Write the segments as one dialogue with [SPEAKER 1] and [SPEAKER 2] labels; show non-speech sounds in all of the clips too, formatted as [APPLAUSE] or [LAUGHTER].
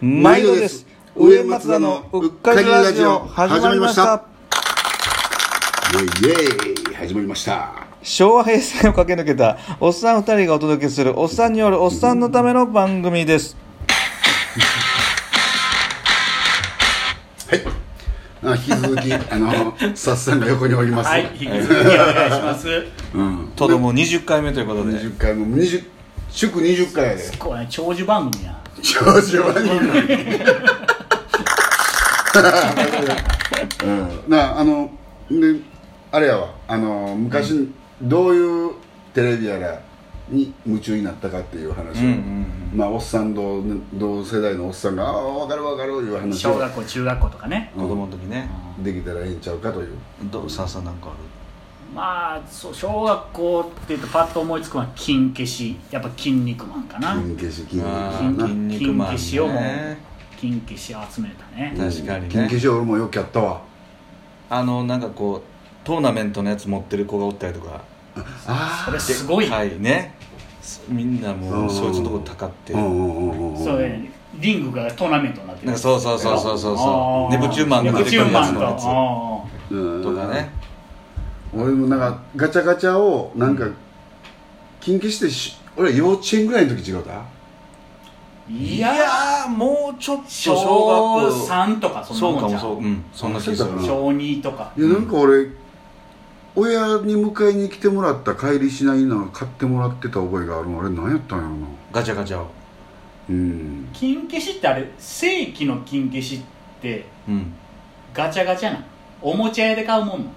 [SPEAKER 1] 毎度です
[SPEAKER 2] 上
[SPEAKER 1] 上
[SPEAKER 2] 松
[SPEAKER 1] 松
[SPEAKER 2] 田
[SPEAKER 1] 田
[SPEAKER 2] の
[SPEAKER 1] の
[SPEAKER 2] う
[SPEAKER 1] う
[SPEAKER 2] っ
[SPEAKER 1] っ
[SPEAKER 2] か
[SPEAKER 1] か
[SPEAKER 2] り
[SPEAKER 1] り
[SPEAKER 2] ラ
[SPEAKER 1] ラ
[SPEAKER 2] ジ
[SPEAKER 1] ジ
[SPEAKER 2] オ
[SPEAKER 1] オ
[SPEAKER 2] 始
[SPEAKER 1] 始
[SPEAKER 2] ま
[SPEAKER 1] まり
[SPEAKER 2] りま
[SPEAKER 1] まし
[SPEAKER 2] し
[SPEAKER 1] たた
[SPEAKER 2] イエイイエイ始まりました
[SPEAKER 1] 昭和平成を駆け抜けたおっさん二人がお届けするおっさんによるおっさんのための番組です
[SPEAKER 2] はいあ引き続きあ [LAUGHS] のさっさんが横におります、
[SPEAKER 3] はい、引き続きお願いします。
[SPEAKER 2] うん、
[SPEAKER 1] とども20回目ということで
[SPEAKER 2] 20回も20祝20回やで
[SPEAKER 3] これ、長寿番組や。
[SPEAKER 2] 長寿番 [LAUGHS] 組うんなあのであれやわあの昔、どういうテレビやらに夢中になったかっていう話を、まあおっさん同同世代のおっさんが「ああ分かる分かる」いう話
[SPEAKER 3] 小
[SPEAKER 2] を
[SPEAKER 3] 学校、中学校とかね。
[SPEAKER 1] 子供の時ね
[SPEAKER 2] できたらええんちゃうかという
[SPEAKER 1] どうさあさあなんか
[SPEAKER 3] まあ、そう小学校っていうと、パッと思いつくのは、金消し、やっぱ筋肉マンかな。
[SPEAKER 2] 金消し金
[SPEAKER 1] あ
[SPEAKER 2] 消し
[SPEAKER 1] る
[SPEAKER 2] な
[SPEAKER 1] 筋肉マン
[SPEAKER 3] 筋消しをもう
[SPEAKER 1] ね
[SPEAKER 3] 金消し集めたね。
[SPEAKER 1] 確かに
[SPEAKER 2] 金消
[SPEAKER 1] ね
[SPEAKER 2] し俺もよくやったわ
[SPEAKER 1] あのなんかこうトーナメントのやつ持ってる子がおったりとか
[SPEAKER 3] そ
[SPEAKER 2] あ
[SPEAKER 3] れ、すごい。
[SPEAKER 1] はいねそみんなもうそいつのとこたかって
[SPEAKER 2] あうんうんうんうん
[SPEAKER 3] そうね、リングがトーナメントになって
[SPEAKER 1] なん
[SPEAKER 3] る
[SPEAKER 1] か。そうそうそうそうそうそう
[SPEAKER 3] あー
[SPEAKER 1] ネプチューンマンが
[SPEAKER 3] ネ
[SPEAKER 1] 出
[SPEAKER 3] プ
[SPEAKER 1] て
[SPEAKER 3] チ
[SPEAKER 1] く
[SPEAKER 3] ューン
[SPEAKER 1] るや
[SPEAKER 3] マ
[SPEAKER 1] つ
[SPEAKER 3] ン
[SPEAKER 1] の
[SPEAKER 3] と。
[SPEAKER 1] やつと
[SPEAKER 3] あ
[SPEAKER 2] うん
[SPEAKER 1] かね
[SPEAKER 2] 俺もなんかガチャガチャをなんか金消してし俺幼稚園ぐらいの時違うた
[SPEAKER 3] ーい
[SPEAKER 1] い
[SPEAKER 3] や
[SPEAKER 1] やーもうちょっと
[SPEAKER 3] 小
[SPEAKER 1] 小学校
[SPEAKER 3] 3とか、そ
[SPEAKER 1] そ
[SPEAKER 3] ん
[SPEAKER 1] う
[SPEAKER 3] な
[SPEAKER 1] か
[SPEAKER 3] もんじ
[SPEAKER 1] も
[SPEAKER 3] ゃ
[SPEAKER 1] そう
[SPEAKER 3] ん
[SPEAKER 1] うんそんな気がする
[SPEAKER 2] うん
[SPEAKER 3] 小2とか。
[SPEAKER 2] いやなんか俺、親に迎えに来てもらった帰りしないな買ってもらってた覚えがあるのあれ何やったんやろな
[SPEAKER 1] ガチャガチャを
[SPEAKER 2] うん
[SPEAKER 3] 金消しってあれ、正規の金消しって、
[SPEAKER 1] うん
[SPEAKER 3] ガチャガチャなのおもちゃ屋で買うもんなの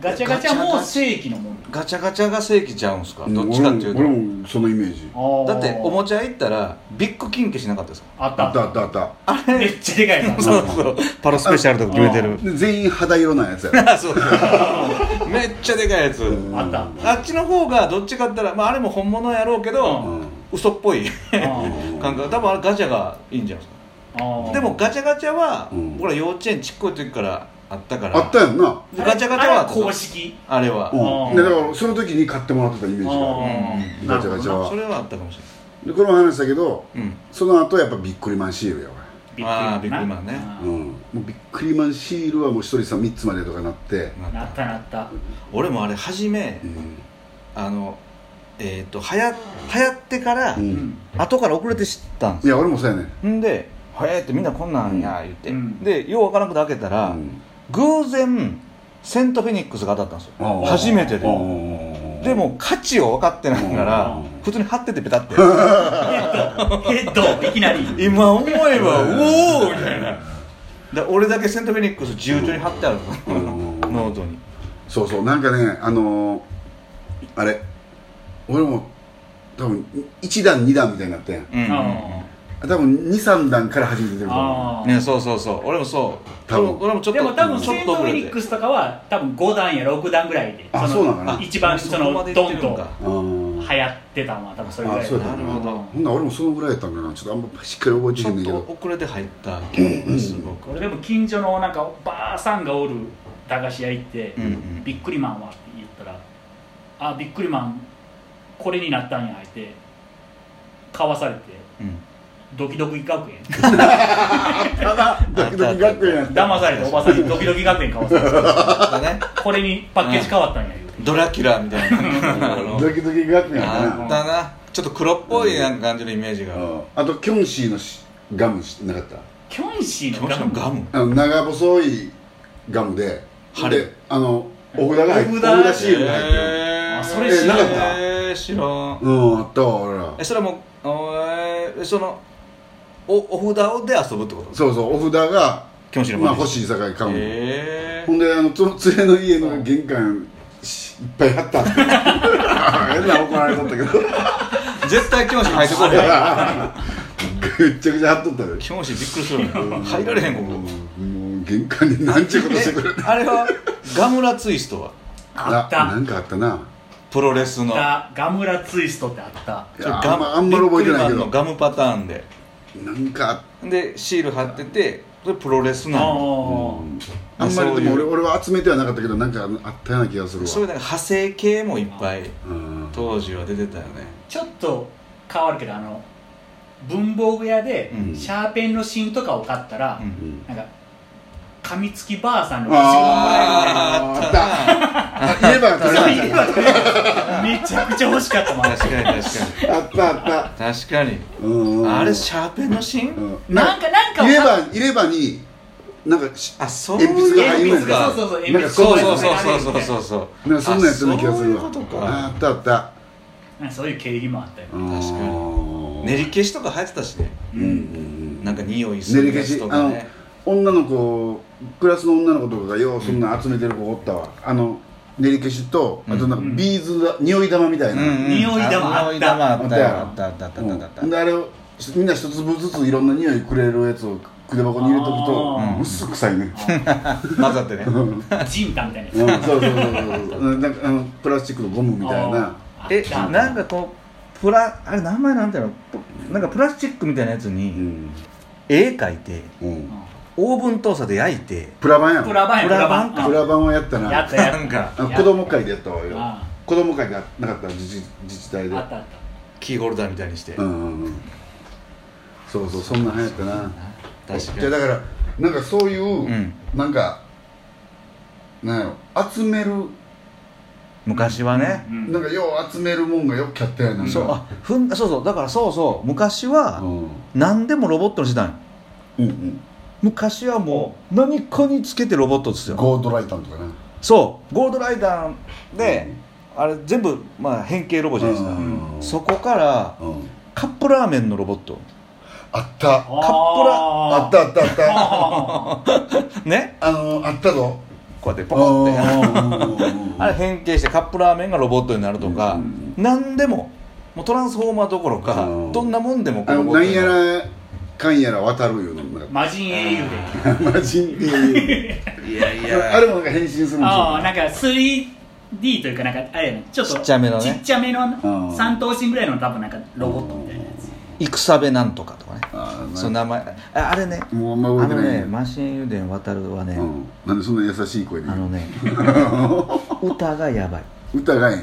[SPEAKER 3] ガチャガチャも正規のもんな
[SPEAKER 1] ガチャガチャが正規ちゃうんすかどっちかってい
[SPEAKER 2] 俺
[SPEAKER 1] う
[SPEAKER 2] も俺もそのイメージ
[SPEAKER 3] の
[SPEAKER 1] とだっておも
[SPEAKER 3] ち
[SPEAKER 1] ちゃ屋行ったらビッグ金消しなかったですか
[SPEAKER 3] ゃあった
[SPEAKER 2] あ
[SPEAKER 3] あ
[SPEAKER 2] っ
[SPEAKER 3] ったた
[SPEAKER 2] あったあった
[SPEAKER 3] [LAUGHS] めっちゃでかいや
[SPEAKER 1] [LAUGHS]
[SPEAKER 3] つ
[SPEAKER 1] そうそうパロスペシャルとか決めてる
[SPEAKER 2] で全員肌色なやつや
[SPEAKER 1] あそうそう [LAUGHS] めっちゃでかいやつ
[SPEAKER 3] あったあっ
[SPEAKER 1] あっちの方がどっちかって言ったらまああれも本物やろうけ
[SPEAKER 2] う
[SPEAKER 1] ど
[SPEAKER 2] ん
[SPEAKER 1] 嘘っぽい
[SPEAKER 3] たあ
[SPEAKER 1] 感覚多分あれガチャがいいんじゃないです
[SPEAKER 3] あ
[SPEAKER 1] かでもガチャガチャは
[SPEAKER 2] うん
[SPEAKER 1] 僕ら幼稚園ちっこい時からあったから
[SPEAKER 2] あったやんな
[SPEAKER 3] あれ
[SPEAKER 1] ガチャガチャはあった
[SPEAKER 3] あれ公式
[SPEAKER 1] あれは
[SPEAKER 2] うん、
[SPEAKER 3] あー
[SPEAKER 2] でだからその時に買ってもらってたイメージがあ
[SPEAKER 3] あ
[SPEAKER 2] る
[SPEAKER 3] ー
[SPEAKER 2] ガチャガチャ
[SPEAKER 3] なるほどな
[SPEAKER 2] は
[SPEAKER 1] それはあったかもし
[SPEAKER 2] でこの話だけど
[SPEAKER 1] れないうん
[SPEAKER 2] その後やっぱビックリマンシールやわ
[SPEAKER 3] ビ
[SPEAKER 1] あー
[SPEAKER 3] ックリマンな
[SPEAKER 1] ビックリ
[SPEAKER 2] うんもうビックリマンシールはもう一人さ3つまでとかなって
[SPEAKER 3] うんなったなった
[SPEAKER 1] 俺もあれ初め
[SPEAKER 2] うん
[SPEAKER 1] あのえっ、とはや流行ってから、
[SPEAKER 2] う
[SPEAKER 3] うんん
[SPEAKER 1] 後から遅れて知ったんで
[SPEAKER 2] いや俺もそうやねん
[SPEAKER 1] すんで「はや」ってみんなこんなんや言って、
[SPEAKER 3] うん
[SPEAKER 1] でようわからなくて開けたら、
[SPEAKER 2] うん
[SPEAKER 1] 偶然セントフェニックスが当たったんですよ初めてででも価値を分かってないから
[SPEAKER 2] うん
[SPEAKER 1] 普通に貼っててペ
[SPEAKER 3] [LAUGHS]
[SPEAKER 1] タって
[SPEAKER 3] ヘッ
[SPEAKER 1] [LAUGHS]
[SPEAKER 3] ドいきなり
[SPEAKER 1] 今思えば「おお!」みたいなだ俺だけセントフェニックス自由帳に貼ってある
[SPEAKER 2] ん
[SPEAKER 1] ノートに
[SPEAKER 2] そうそうなんかねあのーあれ俺も多分1段2段みたいになってん
[SPEAKER 1] うんうん
[SPEAKER 2] 多
[SPEAKER 3] あ
[SPEAKER 2] 分23段から始めてると思
[SPEAKER 3] あ
[SPEAKER 1] うん
[SPEAKER 3] ー
[SPEAKER 1] ねそうそうそう俺もそう
[SPEAKER 2] 多分
[SPEAKER 1] 俺もちょっ
[SPEAKER 3] で
[SPEAKER 1] と
[SPEAKER 3] も多分
[SPEAKER 1] ちょ
[SPEAKER 3] セ
[SPEAKER 1] っと
[SPEAKER 3] ント
[SPEAKER 1] 遅
[SPEAKER 3] フ
[SPEAKER 1] れ
[SPEAKER 3] ェ
[SPEAKER 1] て
[SPEAKER 3] ニックスとかは多分5段や6段ぐらいで
[SPEAKER 2] あそうなのかな
[SPEAKER 3] 一番
[SPEAKER 1] そ
[SPEAKER 3] そ
[SPEAKER 1] こま
[SPEAKER 3] の
[SPEAKER 1] で行っ
[SPEAKER 3] ド
[SPEAKER 1] て
[SPEAKER 3] ン
[SPEAKER 1] るの
[SPEAKER 3] と
[SPEAKER 1] か
[SPEAKER 2] うあー
[SPEAKER 3] 流行ってたのは多分それぐら
[SPEAKER 2] あ
[SPEAKER 3] い
[SPEAKER 2] そうやっ
[SPEAKER 1] な
[SPEAKER 2] た
[SPEAKER 1] るほど
[SPEAKER 2] ほんなら俺もそのぐらいやったんかなちょっとあんましっかり覚えて
[SPEAKER 1] ち
[SPEAKER 2] へ
[SPEAKER 1] ょ
[SPEAKER 2] んね
[SPEAKER 1] っ
[SPEAKER 2] んけど
[SPEAKER 1] と遅れて入った気がすごく
[SPEAKER 3] 俺でも近所のなんかばあさんがおる駄菓子屋行って「
[SPEAKER 1] うんうん
[SPEAKER 3] ビックリマンは?」って言ったら「あビックリマンこれになったんや」って買わされて
[SPEAKER 1] うん
[SPEAKER 3] 「ドキドキ
[SPEAKER 1] [LAUGHS]
[SPEAKER 3] 学園」
[SPEAKER 2] ただドキドキ学園やった
[SPEAKER 3] 騙されておばさんに「ドキドキ学園」買わされて
[SPEAKER 1] だね
[SPEAKER 3] これにパッケージ変わったんや言うて
[SPEAKER 1] ドラキュラみたいなあの
[SPEAKER 2] ドキドキ学園やった
[SPEAKER 1] あ
[SPEAKER 2] な
[SPEAKER 1] ったなちょっと黒っぽいなんか感じのイメージが
[SPEAKER 2] うんあとキョンシーのしガムしなかった
[SPEAKER 3] キョンシ
[SPEAKER 1] 気
[SPEAKER 3] ーの
[SPEAKER 1] 持ちのガム
[SPEAKER 2] あの長細いガムで
[SPEAKER 1] 針
[SPEAKER 2] であのお札が入ってお
[SPEAKER 3] お札
[SPEAKER 2] 札シールが入ってる
[SPEAKER 1] えー
[SPEAKER 3] あそれ知
[SPEAKER 2] らん
[SPEAKER 1] えー知らん
[SPEAKER 2] うんあったわ俺ら
[SPEAKER 1] えそれはもうおえーそのおお札をで遊ぶってこと
[SPEAKER 2] そうそうお札が、
[SPEAKER 1] 気持ちの
[SPEAKER 2] まあ、
[SPEAKER 1] マネ
[SPEAKER 2] 欲しいさかい買うの、
[SPEAKER 1] え
[SPEAKER 2] ほんであのと連れの家の玄関しいっぱい
[SPEAKER 1] [LAUGHS]
[SPEAKER 2] あったんだよ変な怒られとったけど
[SPEAKER 1] ー絶対気持ち入ってこ
[SPEAKER 2] [LAUGHS]
[SPEAKER 1] ない
[SPEAKER 2] ぐっちゃぐちゃ貼っとったよ
[SPEAKER 1] 気持ちびっくりするね入られへんここ
[SPEAKER 2] もう玄関になんちゅうことして
[SPEAKER 1] [LAUGHS]
[SPEAKER 2] くる
[SPEAKER 1] えあれはガムラツイストは
[SPEAKER 3] あっ
[SPEAKER 2] なな
[SPEAKER 3] た
[SPEAKER 2] んかあったな
[SPEAKER 1] プロレスの
[SPEAKER 3] だガムラツイストってあった
[SPEAKER 2] い
[SPEAKER 1] ちょ
[SPEAKER 2] や
[SPEAKER 1] っと
[SPEAKER 2] あんまあんまり覚えてないけ
[SPEAKER 1] ビックリマンの
[SPEAKER 2] ど
[SPEAKER 1] ガムパターンで
[SPEAKER 2] なんかあっ
[SPEAKER 1] でシール貼っててそれプロレスな
[SPEAKER 3] あ
[SPEAKER 1] の
[SPEAKER 3] ー
[SPEAKER 2] あんまり
[SPEAKER 1] そう
[SPEAKER 2] で
[SPEAKER 1] いう
[SPEAKER 2] も俺俺は集めてはなかったけどなんかあったような気がするわ
[SPEAKER 1] そういうなんか派生系もいっぱい
[SPEAKER 2] うん
[SPEAKER 1] 当時は出てたよね
[SPEAKER 3] ちょっと変わるけどあの文房具屋で
[SPEAKER 1] うん
[SPEAKER 3] シャーペンの芯とかを買ったら、
[SPEAKER 1] うん
[SPEAKER 2] うん
[SPEAKER 3] なんか噛みつきばあさんの
[SPEAKER 2] あーあったあ言えば取れ
[SPEAKER 3] そう
[SPEAKER 2] ない
[SPEAKER 3] えばとりあえずめちゃくちゃ欲しかったもんあれ
[SPEAKER 1] 確かに確か
[SPEAKER 2] あったあっ
[SPEAKER 1] に確かに
[SPEAKER 2] たうんうん
[SPEAKER 1] あれシャーペンの芯、
[SPEAKER 2] うんな
[SPEAKER 3] なんかなんか
[SPEAKER 2] 入れ歯入れ歯になんかし
[SPEAKER 1] あそうい
[SPEAKER 2] 鉛
[SPEAKER 1] う
[SPEAKER 2] 筆が入る
[SPEAKER 3] 鉛
[SPEAKER 2] ん
[SPEAKER 3] 筆が
[SPEAKER 2] か
[SPEAKER 3] そうそうそう鉛
[SPEAKER 2] な
[SPEAKER 1] そうそう
[SPEAKER 2] んか
[SPEAKER 3] 筆
[SPEAKER 2] う
[SPEAKER 1] そうそうそうそうそう
[SPEAKER 2] なんかそんなんやったような気が
[SPEAKER 1] あ
[SPEAKER 2] するわ
[SPEAKER 1] そういうこと
[SPEAKER 2] あ
[SPEAKER 1] か
[SPEAKER 2] あったあった
[SPEAKER 3] なんかそういう経緯もあったよ、
[SPEAKER 2] 確
[SPEAKER 1] 確か
[SPEAKER 2] に
[SPEAKER 1] 練り消しとか流行ってたしね
[SPEAKER 2] うんうん
[SPEAKER 1] なんか匂いす
[SPEAKER 2] 練
[SPEAKER 1] る
[SPEAKER 2] り消
[SPEAKER 1] やつ
[SPEAKER 2] し
[SPEAKER 1] と
[SPEAKER 2] あ
[SPEAKER 1] か
[SPEAKER 2] の
[SPEAKER 1] ね
[SPEAKER 2] 女の子クラスの女の子とかがようそんなん集めてる子おったわあの練り消しとあとなんかビーズだ匂い玉みたいな
[SPEAKER 3] 匂い玉あった
[SPEAKER 1] 匂い玉あったよあ
[SPEAKER 2] あ
[SPEAKER 1] っ
[SPEAKER 2] った
[SPEAKER 1] あったあったあったあった
[SPEAKER 2] うんであれをみんな一粒ずついろんな匂いくれるやつを筆箱に入れとくと
[SPEAKER 3] あー
[SPEAKER 2] うんうっす臭いね
[SPEAKER 1] 混ざってね
[SPEAKER 3] ジンタみたいなやつ
[SPEAKER 2] うんそうそうそうそううんなんかあのプラスチックのゴムみたいな
[SPEAKER 3] あー
[SPEAKER 1] え
[SPEAKER 3] あった
[SPEAKER 1] なんかこうプラあれ名前なんていうのプなんかプラスチックみたいなやつ
[SPEAKER 2] う
[SPEAKER 1] に
[SPEAKER 2] ん
[SPEAKER 1] 絵描いて
[SPEAKER 2] うん
[SPEAKER 1] オーブントースターで焼いて
[SPEAKER 2] プラ板やん
[SPEAKER 3] プラバンや
[SPEAKER 1] プラバン
[SPEAKER 2] プラ板はやった
[SPEAKER 3] うんや
[SPEAKER 2] な
[SPEAKER 3] ったや
[SPEAKER 1] な
[SPEAKER 3] っ
[SPEAKER 1] んか
[SPEAKER 2] あの子供会でやったわよ
[SPEAKER 3] あ
[SPEAKER 2] 子供会がなかった自治自治体で
[SPEAKER 3] たあったあった
[SPEAKER 1] キーホルダーみたいにして
[SPEAKER 2] うんうんうんそうそうそんなん流行ったな
[SPEAKER 1] 確か
[SPEAKER 2] じゃあ
[SPEAKER 1] に
[SPEAKER 2] だからなんかそういう、
[SPEAKER 1] うん
[SPEAKER 2] なんかなんやろ集める
[SPEAKER 1] 昔はね
[SPEAKER 3] うん
[SPEAKER 2] なんかよう集めるもんがよくやったやなんか
[SPEAKER 1] そうあふんそうそうだからそうそう昔は
[SPEAKER 2] うん
[SPEAKER 1] 何でもロボットにしてたんよ
[SPEAKER 2] うん
[SPEAKER 1] 昔はもう何かにつけてロボットです
[SPEAKER 2] うん
[SPEAKER 1] よ
[SPEAKER 2] ゴールドライタンとかな
[SPEAKER 1] そうゴールドライダーで、あれ全部、まあ、変形ロボじゃないですか、
[SPEAKER 2] うん
[SPEAKER 1] そこから
[SPEAKER 2] うん
[SPEAKER 1] カップラーメンのロボット
[SPEAKER 2] あった
[SPEAKER 3] あー
[SPEAKER 1] ップラ
[SPEAKER 2] あったあったあった
[SPEAKER 3] あー
[SPEAKER 1] ね
[SPEAKER 2] あのあったぞ
[SPEAKER 1] こうやってポコって
[SPEAKER 2] あ
[SPEAKER 1] あれ変形してカップラーメンがロボットになるとか、
[SPEAKER 2] うん
[SPEAKER 1] 何でももうトランスフォーマーどころか、
[SPEAKER 2] うん
[SPEAKER 1] どんなもんでもこ
[SPEAKER 2] あ
[SPEAKER 1] うロ
[SPEAKER 2] の
[SPEAKER 1] ボッ
[SPEAKER 2] な
[SPEAKER 1] ト
[SPEAKER 2] ん
[SPEAKER 1] に
[SPEAKER 2] や
[SPEAKER 1] なる
[SPEAKER 2] らかんやら渡るいうのもなんか
[SPEAKER 3] 魔人英雄で
[SPEAKER 1] [LAUGHS]
[SPEAKER 2] マジで
[SPEAKER 1] いやい
[SPEAKER 2] あれもなんか変身するんですよ
[SPEAKER 3] ああなんか 3D というかなんかあれやねちょっと
[SPEAKER 1] ちっちゃめのね
[SPEAKER 3] ちっちゃめの
[SPEAKER 2] ん
[SPEAKER 3] 3頭身ぐらいの多分なんかロボットみたいなやつ
[SPEAKER 1] 戦部なんとかとかね
[SPEAKER 2] あー
[SPEAKER 1] その名前ああれね
[SPEAKER 2] もうあんま
[SPEAKER 1] あ
[SPEAKER 2] 覚えて
[SPEAKER 1] の
[SPEAKER 2] ない
[SPEAKER 1] ねマシン油田渡るはね、
[SPEAKER 2] うん、なんでそんな優しい声で
[SPEAKER 1] あ
[SPEAKER 2] 言
[SPEAKER 1] の
[SPEAKER 2] う
[SPEAKER 1] ね
[SPEAKER 2] [LAUGHS]
[SPEAKER 1] 歌がやばい
[SPEAKER 2] 歌がえん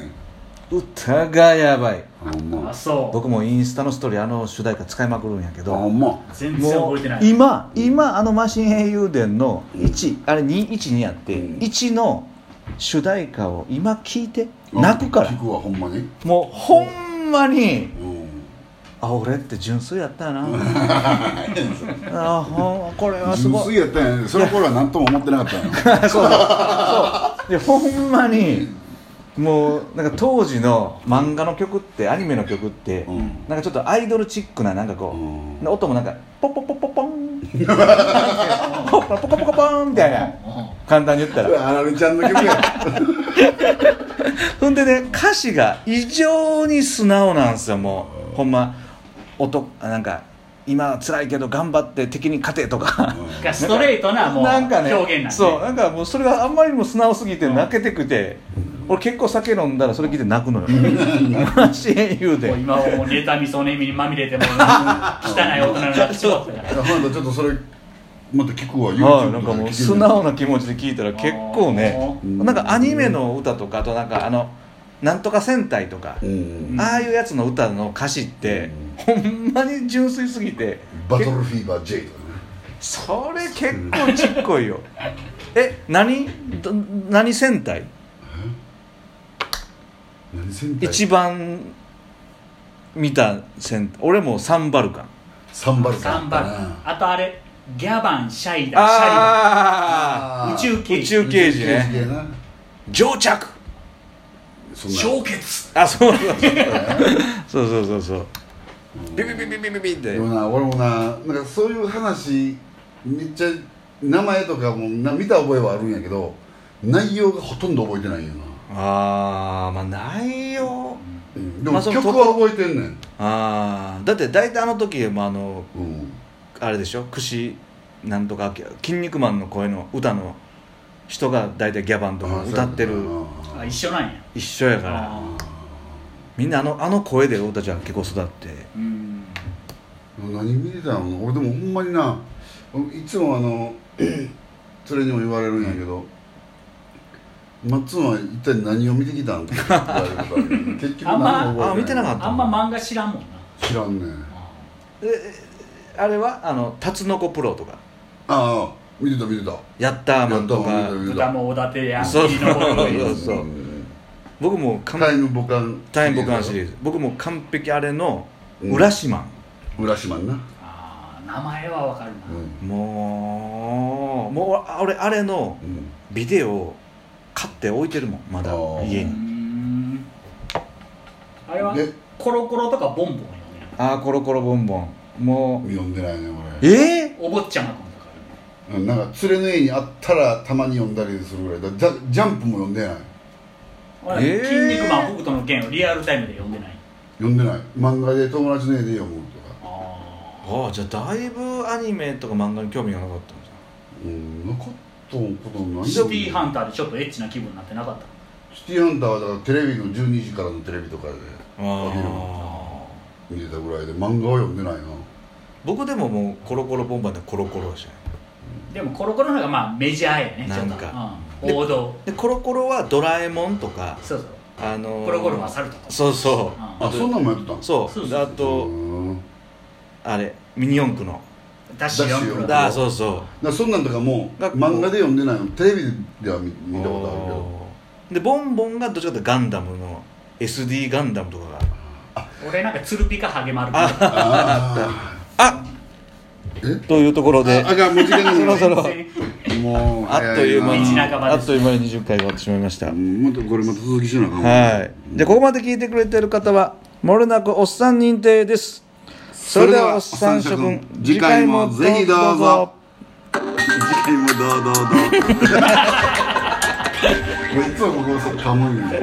[SPEAKER 1] 歌がやばい
[SPEAKER 2] あほん
[SPEAKER 3] あ
[SPEAKER 2] ま
[SPEAKER 3] そう
[SPEAKER 1] 僕もインスタのストーリーあの主題歌使いまくるんやけ
[SPEAKER 2] あほ
[SPEAKER 1] ど
[SPEAKER 2] んま
[SPEAKER 3] 全然
[SPEAKER 1] も
[SPEAKER 3] 覚
[SPEAKER 1] う
[SPEAKER 3] えてない
[SPEAKER 1] 今今あのマシン英雄伝の1あれ212やって
[SPEAKER 2] うん
[SPEAKER 1] 1の主題歌を今聞いて泣くから
[SPEAKER 2] 聞くわほんまに
[SPEAKER 1] もうほんまに
[SPEAKER 2] うん
[SPEAKER 1] あ俺って純粋やったよなあほんこれはす
[SPEAKER 2] 純
[SPEAKER 1] ごい
[SPEAKER 2] 粋やったんやねその頃は何とも思ってなかったんや
[SPEAKER 1] そうそうでほんまにもうなんか当時の漫画の曲ってアニメの曲って、 [LAUGHS]
[SPEAKER 2] うん
[SPEAKER 1] なんかちょっとアイドルチックななんかこう、
[SPEAKER 2] うん
[SPEAKER 1] で音もなんかポポポポポ
[SPEAKER 2] [LAUGHS]
[SPEAKER 1] ンポポコポコポンみたいな簡単に言ったら
[SPEAKER 2] あられちゃんの曲や
[SPEAKER 1] ほんでね歌詞が異常に素直なんですよもうほんま音なんか今は辛いけど頑張って敵に勝てとか
[SPEAKER 3] なんかストレートなもう
[SPEAKER 1] なんかね
[SPEAKER 3] 表現なんで
[SPEAKER 1] そうなんかもうそれがあんまりにも素直すぎて泣けてくて、俺結構酒飲んだらそれ聞いて泣くのよマジで言う
[SPEAKER 3] も
[SPEAKER 1] で
[SPEAKER 3] う今はもう妬みそうな意味にまみれて
[SPEAKER 1] [LAUGHS]
[SPEAKER 3] もう汚い大人になってしまったから
[SPEAKER 2] ほんとちょっとそれまた聞くわ YouTube
[SPEAKER 1] はい、なんかもう素直
[SPEAKER 2] な
[SPEAKER 1] な気持ちで聞いたら結構ね
[SPEAKER 2] あー
[SPEAKER 1] なんかアニメの歌とかあとなんかあのなんとか戦隊とか、
[SPEAKER 2] うん
[SPEAKER 1] ああいうやつの歌の歌詞って、ほんまに純粋すぎて
[SPEAKER 2] バトルフィーバー J とかね
[SPEAKER 1] それ結構ちっこいよ [LAUGHS] え何ど何戦隊
[SPEAKER 2] 何戦隊
[SPEAKER 1] 一番見た戦俺もサンバルカン
[SPEAKER 2] サンバルカ
[SPEAKER 3] 頑
[SPEAKER 2] ン
[SPEAKER 3] 張
[SPEAKER 2] だ
[SPEAKER 3] る
[SPEAKER 2] な
[SPEAKER 3] あとあれギャバンシャイダシャ
[SPEAKER 1] あ
[SPEAKER 3] リバン宇宙
[SPEAKER 1] ー
[SPEAKER 3] 刑
[SPEAKER 1] 宇
[SPEAKER 3] 事
[SPEAKER 1] 宙刑事
[SPEAKER 2] 宇宙
[SPEAKER 1] ね
[SPEAKER 2] 系な
[SPEAKER 1] 上着
[SPEAKER 2] そんな
[SPEAKER 3] 氷結
[SPEAKER 1] あそう [LAUGHS] そうそうそうそうそうビビビビビビビって
[SPEAKER 2] でもな俺もななんかそういう話めっちゃ名前とかもな見た覚えはあるんやけど内容がほとんど覚えてないんやな、
[SPEAKER 1] ああまあ内容
[SPEAKER 2] うんでも
[SPEAKER 1] まあその
[SPEAKER 2] 曲は覚えてんねん、
[SPEAKER 1] ああだって大体あの時もあの
[SPEAKER 2] うん、
[SPEAKER 1] あれでしょ串なんとか「筋肉マン」の声の歌の人が大体ギャバンとか歌ってる
[SPEAKER 3] あ一緒なんや
[SPEAKER 1] 一緒やから
[SPEAKER 3] あー
[SPEAKER 1] みんなあのあの声で俺たちは結構育って
[SPEAKER 3] うん
[SPEAKER 2] 何見てたの俺でもほんまにないつもあの [CLEARS THROAT] それにも言われるんやけど「マッツンは一体何を見てきたん?」って言われるから結局
[SPEAKER 3] あんま
[SPEAKER 2] 何も覚えてない
[SPEAKER 1] あ見てなかっ
[SPEAKER 3] あんま漫画知らんもんな
[SPEAKER 2] 知らんねん
[SPEAKER 3] あ
[SPEAKER 1] あれはあのタツノコプロとか
[SPEAKER 2] ああ見てた見てた
[SPEAKER 1] ヤッターマンと
[SPEAKER 2] ヤッ
[SPEAKER 1] か
[SPEAKER 2] ターマン
[SPEAKER 3] 豚もおだてやん
[SPEAKER 1] そうそう
[SPEAKER 3] 霧のごとく
[SPEAKER 1] そうそう僕も完
[SPEAKER 2] タイムボカン
[SPEAKER 1] タイムボカンシリ
[SPEAKER 2] ー
[SPEAKER 1] ーズ僕も完璧あれの
[SPEAKER 2] うん
[SPEAKER 1] 浦島、
[SPEAKER 2] ズ浦島な、
[SPEAKER 3] あー名前はわかるな、
[SPEAKER 2] うん
[SPEAKER 1] もうもうあ俺あれの
[SPEAKER 2] うん、
[SPEAKER 1] ビデオ買って置いてるもんまだ
[SPEAKER 2] あー
[SPEAKER 1] 家
[SPEAKER 3] う
[SPEAKER 1] に
[SPEAKER 3] ーんあれは
[SPEAKER 2] で
[SPEAKER 3] コロコロとかボンボン読んでなかっ
[SPEAKER 1] ああコロコロボンボンも
[SPEAKER 2] 読んでないね
[SPEAKER 1] うえ
[SPEAKER 3] たお坊ちゃまくんとか
[SPEAKER 2] 俺うんなんか連れの家にあったらたまに読んだりするぐらいだジャジャンプも読んでない
[SPEAKER 3] ある
[SPEAKER 1] えー
[SPEAKER 3] 俺筋肉マン北斗の拳をリアルタイムで読んでない
[SPEAKER 2] 読んでない漫画で友達の家で読むとか
[SPEAKER 3] あ
[SPEAKER 1] ああじゃあだいぶアニメとか漫画に興味がなかったんですよ
[SPEAKER 2] うんなかったことな
[SPEAKER 3] ー
[SPEAKER 2] い
[SPEAKER 3] シティーハン
[SPEAKER 2] ター
[SPEAKER 3] ターでちょっとエッチな気分になってなかった
[SPEAKER 2] シティーハンターはだからテレビの12時からのテレビとかで
[SPEAKER 1] ああ
[SPEAKER 2] 見てたぐらいで漫画は読んでないな
[SPEAKER 1] 僕でももうコロコロボンボンでコロコロでしたね
[SPEAKER 3] でもコロコロの方がまあメジャーやね
[SPEAKER 1] なんか
[SPEAKER 3] ちょっとうん王道
[SPEAKER 1] でコロコロはドラえもんとか
[SPEAKER 3] そうそう
[SPEAKER 1] あのー
[SPEAKER 3] コロコロは猿とか
[SPEAKER 1] そうそ
[SPEAKER 2] あそんなんもやってたん
[SPEAKER 1] うそう
[SPEAKER 3] そうそうそう
[SPEAKER 1] であと
[SPEAKER 2] うん
[SPEAKER 1] あれミニ四駆の
[SPEAKER 3] ダッシュ
[SPEAKER 2] ダッシュ
[SPEAKER 3] 4
[SPEAKER 2] 四
[SPEAKER 1] ああそうそう
[SPEAKER 2] だからそんなんとかもう
[SPEAKER 1] が
[SPEAKER 2] 漫画で読んでないのテレビでは見見たことあるけど
[SPEAKER 1] おーでボンボンがどっちかというとガンダムの SD ガンダムとかが
[SPEAKER 3] 俺なんかツルピカハゲマル
[SPEAKER 1] あ
[SPEAKER 2] あ
[SPEAKER 1] あ
[SPEAKER 2] え
[SPEAKER 1] というところで
[SPEAKER 2] ああじゃあもう時間が
[SPEAKER 1] そろそろ
[SPEAKER 3] 全然
[SPEAKER 2] もう
[SPEAKER 1] あっという間
[SPEAKER 2] 早
[SPEAKER 1] に
[SPEAKER 3] 道
[SPEAKER 2] な
[SPEAKER 3] 半ば
[SPEAKER 1] あ
[SPEAKER 3] です
[SPEAKER 1] っという間に20回終わってしまいました、
[SPEAKER 2] うんもっとこれまた続きしなあかんわ
[SPEAKER 1] はいじゃあここまで聞いてくれてる方はもれなくおっさん認定ですそれではおっさん諸君
[SPEAKER 2] 次回もぜひどうぞ次回
[SPEAKER 1] [LAUGHS]
[SPEAKER 2] もどうどうどうこれいつもここそう噛むんや